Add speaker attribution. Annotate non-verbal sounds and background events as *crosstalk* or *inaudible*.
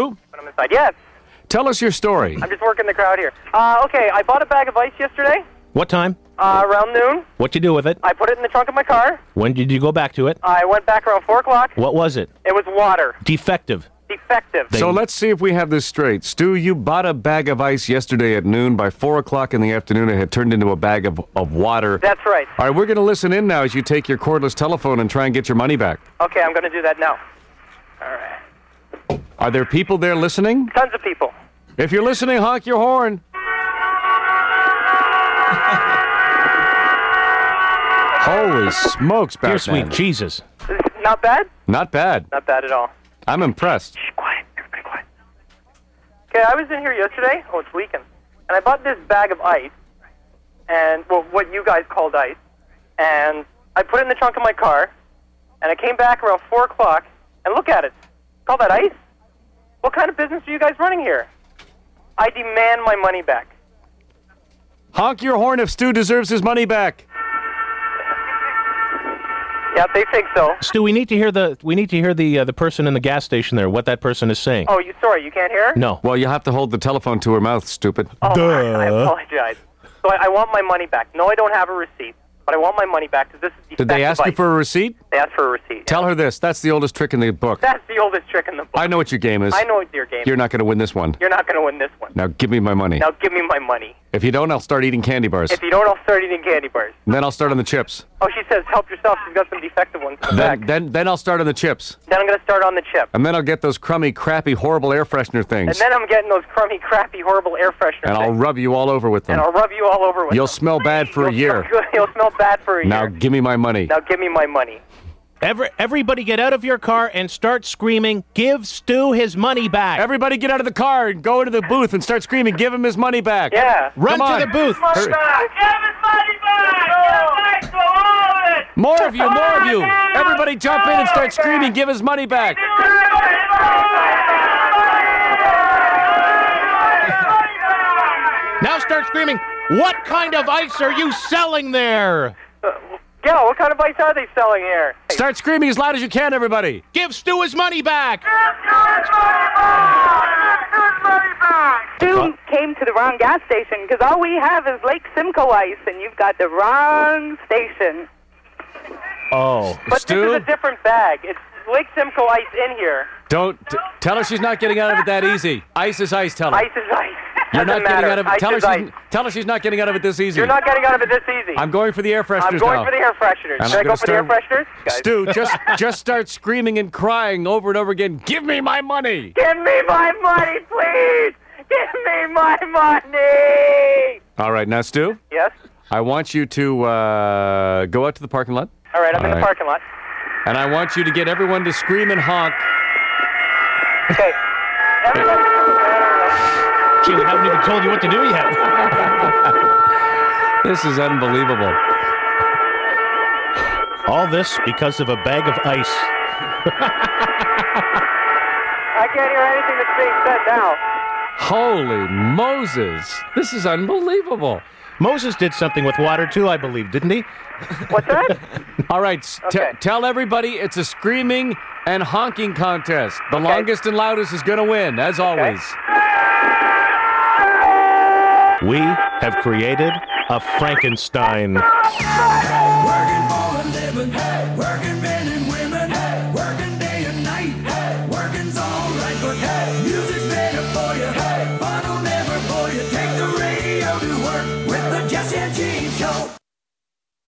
Speaker 1: Classified, yes.
Speaker 2: Tell us your story.
Speaker 1: I'm just working the crowd here. Uh, okay, I bought a bag of ice yesterday
Speaker 3: What time?
Speaker 1: uh, around noon.
Speaker 3: What'd you do with it?
Speaker 1: I put it in the trunk of my car.
Speaker 3: When did you go back to it?
Speaker 1: I went back around 4 o'clock.
Speaker 3: What was it?
Speaker 1: It was water.
Speaker 3: Defective.
Speaker 1: Defective.
Speaker 2: So let's see if we have this straight. Stu, you bought a bag of ice yesterday at noon. By 4 o'clock in the afternoon, it had turned into a bag of, of water.
Speaker 1: That's right.
Speaker 2: All right, we're going to listen in now as you take your cordless telephone and try and get your money back.
Speaker 1: Okay, I'm going to do that now. All right.
Speaker 2: Are there people there listening?
Speaker 1: Tons of people.
Speaker 2: If you're listening, honk your horn. *laughs* Holy smokes,
Speaker 3: Dear
Speaker 2: Batman.
Speaker 3: sweet Jesus.
Speaker 1: Not bad?
Speaker 2: Not bad.
Speaker 1: Not bad at all.
Speaker 2: I'm impressed.
Speaker 1: Shh, quiet. Everybody quiet. Okay, I was in here yesterday. Oh, it's leaking. And I bought this bag of ice, and well, what you guys called ice, and I put it in the trunk of my car, and I came back around four o'clock, and look at it. Call that ice? What kind of business are you guys running here? I demand my money back.
Speaker 2: Honk your horn if Stu deserves his money back.
Speaker 1: Yeah, they think so.
Speaker 3: Stu, we need to hear the we need to hear the uh, the person in the gas station there. What that person is saying.
Speaker 1: Oh, you sorry, you can't hear?
Speaker 3: No.
Speaker 2: Well, you have to hold the telephone to her mouth, stupid.
Speaker 1: Oh, I, I apologize. So I, I want my money back. No, I don't have a receipt, but I want my money back because this is
Speaker 2: Did they
Speaker 1: defective
Speaker 2: ask you
Speaker 1: ice.
Speaker 2: for a receipt?
Speaker 1: They asked for a receipt.
Speaker 2: Tell her this. That's the oldest trick in the book.
Speaker 1: That's the oldest trick in the book.
Speaker 2: I know what your game is.
Speaker 1: I know it's your game.
Speaker 2: You're not going to win this one.
Speaker 1: You're not going to win this one.
Speaker 2: Now give me my money.
Speaker 1: Now give me my money.
Speaker 2: If you don't, I'll start eating candy bars.
Speaker 1: If you don't, I'll start eating candy bars.
Speaker 2: And then I'll start on the chips.
Speaker 1: Oh, she says, help yourself. She's got some defective ones in the back.
Speaker 2: Then, then, then I'll start on the chips.
Speaker 1: Then I'm going to start on the chip.
Speaker 2: And then I'll get those crummy, crappy, horrible air freshener things.
Speaker 1: And then I'm getting those crummy, crappy, horrible air fresheners.
Speaker 2: And I'll rub you all over with them.
Speaker 1: and I'll rub you all over with
Speaker 2: You'll
Speaker 1: them.
Speaker 2: smell bad for a
Speaker 1: You'll smell
Speaker 2: year.
Speaker 1: good- *laughs* You'll smell bad for a
Speaker 2: Now
Speaker 1: year.
Speaker 2: give me my money.
Speaker 1: Now give me my money.
Speaker 3: Every, everybody get out of your car and start screaming, give Stu his money back.
Speaker 2: Everybody get out of the car and go into the booth and start screaming, give him his money back.
Speaker 1: Yeah.
Speaker 3: Run
Speaker 2: Come on.
Speaker 3: to the booth.
Speaker 2: Hurry.
Speaker 4: Everybody back! Get back to all of it!
Speaker 2: More of you, more of you. Everybody jump in and start screaming, give his money back.
Speaker 3: Now start screaming, what kind of ice are you selling there?
Speaker 1: Uh, Yeah, what kind of ice are they selling here?
Speaker 2: Start screaming as loud as you can, everybody.
Speaker 3: Give Stu his money back.
Speaker 5: Stu came to the wrong gas station because all we have is Lake Simcoe ice, and you've got the wrong station.
Speaker 3: Oh.
Speaker 1: But this is
Speaker 2: Stu,
Speaker 1: a different bag. It's Lake Simcoe ice in here.
Speaker 2: don't t- tell her she's not getting out of it that easy. Ice is ice, tell her.
Speaker 1: Ice is ice.
Speaker 2: *laughs* You're
Speaker 1: Doesn't
Speaker 2: not
Speaker 1: matter.
Speaker 2: getting out of it.
Speaker 1: Ice
Speaker 2: Tell her,
Speaker 1: is ice.
Speaker 2: she's, tell her she's not getting out of it this easy.
Speaker 1: You're not getting out of it this easy.
Speaker 2: I'm going for the air fresheners
Speaker 1: I'm going
Speaker 2: now.
Speaker 1: for the air fresheners.
Speaker 2: And
Speaker 1: Should
Speaker 2: I'm gonna
Speaker 1: I go for the air
Speaker 2: start-
Speaker 1: fresheners? Guys,
Speaker 2: Stu, just just start screaming and crying over and over again. Give me my money.
Speaker 1: Give me my money, please! Give me my money!
Speaker 2: All right, now Stu,
Speaker 1: Yes?
Speaker 2: I want you to uh, go out to the parking lot,
Speaker 1: All right, I'm
Speaker 2: All
Speaker 1: in the
Speaker 2: right.
Speaker 1: parking lot.
Speaker 2: and I want you to get everyone to scream and honk.
Speaker 1: Okay. Everybody-
Speaker 3: Gee, we haven't even told you what to do yet.
Speaker 2: This is unbelievable.
Speaker 3: All this because of a bag of ice.
Speaker 1: I can't hear anything that's being said now.
Speaker 2: Holy Moses! This is unbelievable.
Speaker 3: Moses did something with water too, I believe, didn't he?
Speaker 1: What's that?
Speaker 2: All right, s- te-
Speaker 1: Okay.
Speaker 2: tell everybody it's a screaming and honking contest. The longest and loudest is going to win, as always.
Speaker 3: We have created a Frankenstein.
Speaker 6: Working for a living, hey, working men and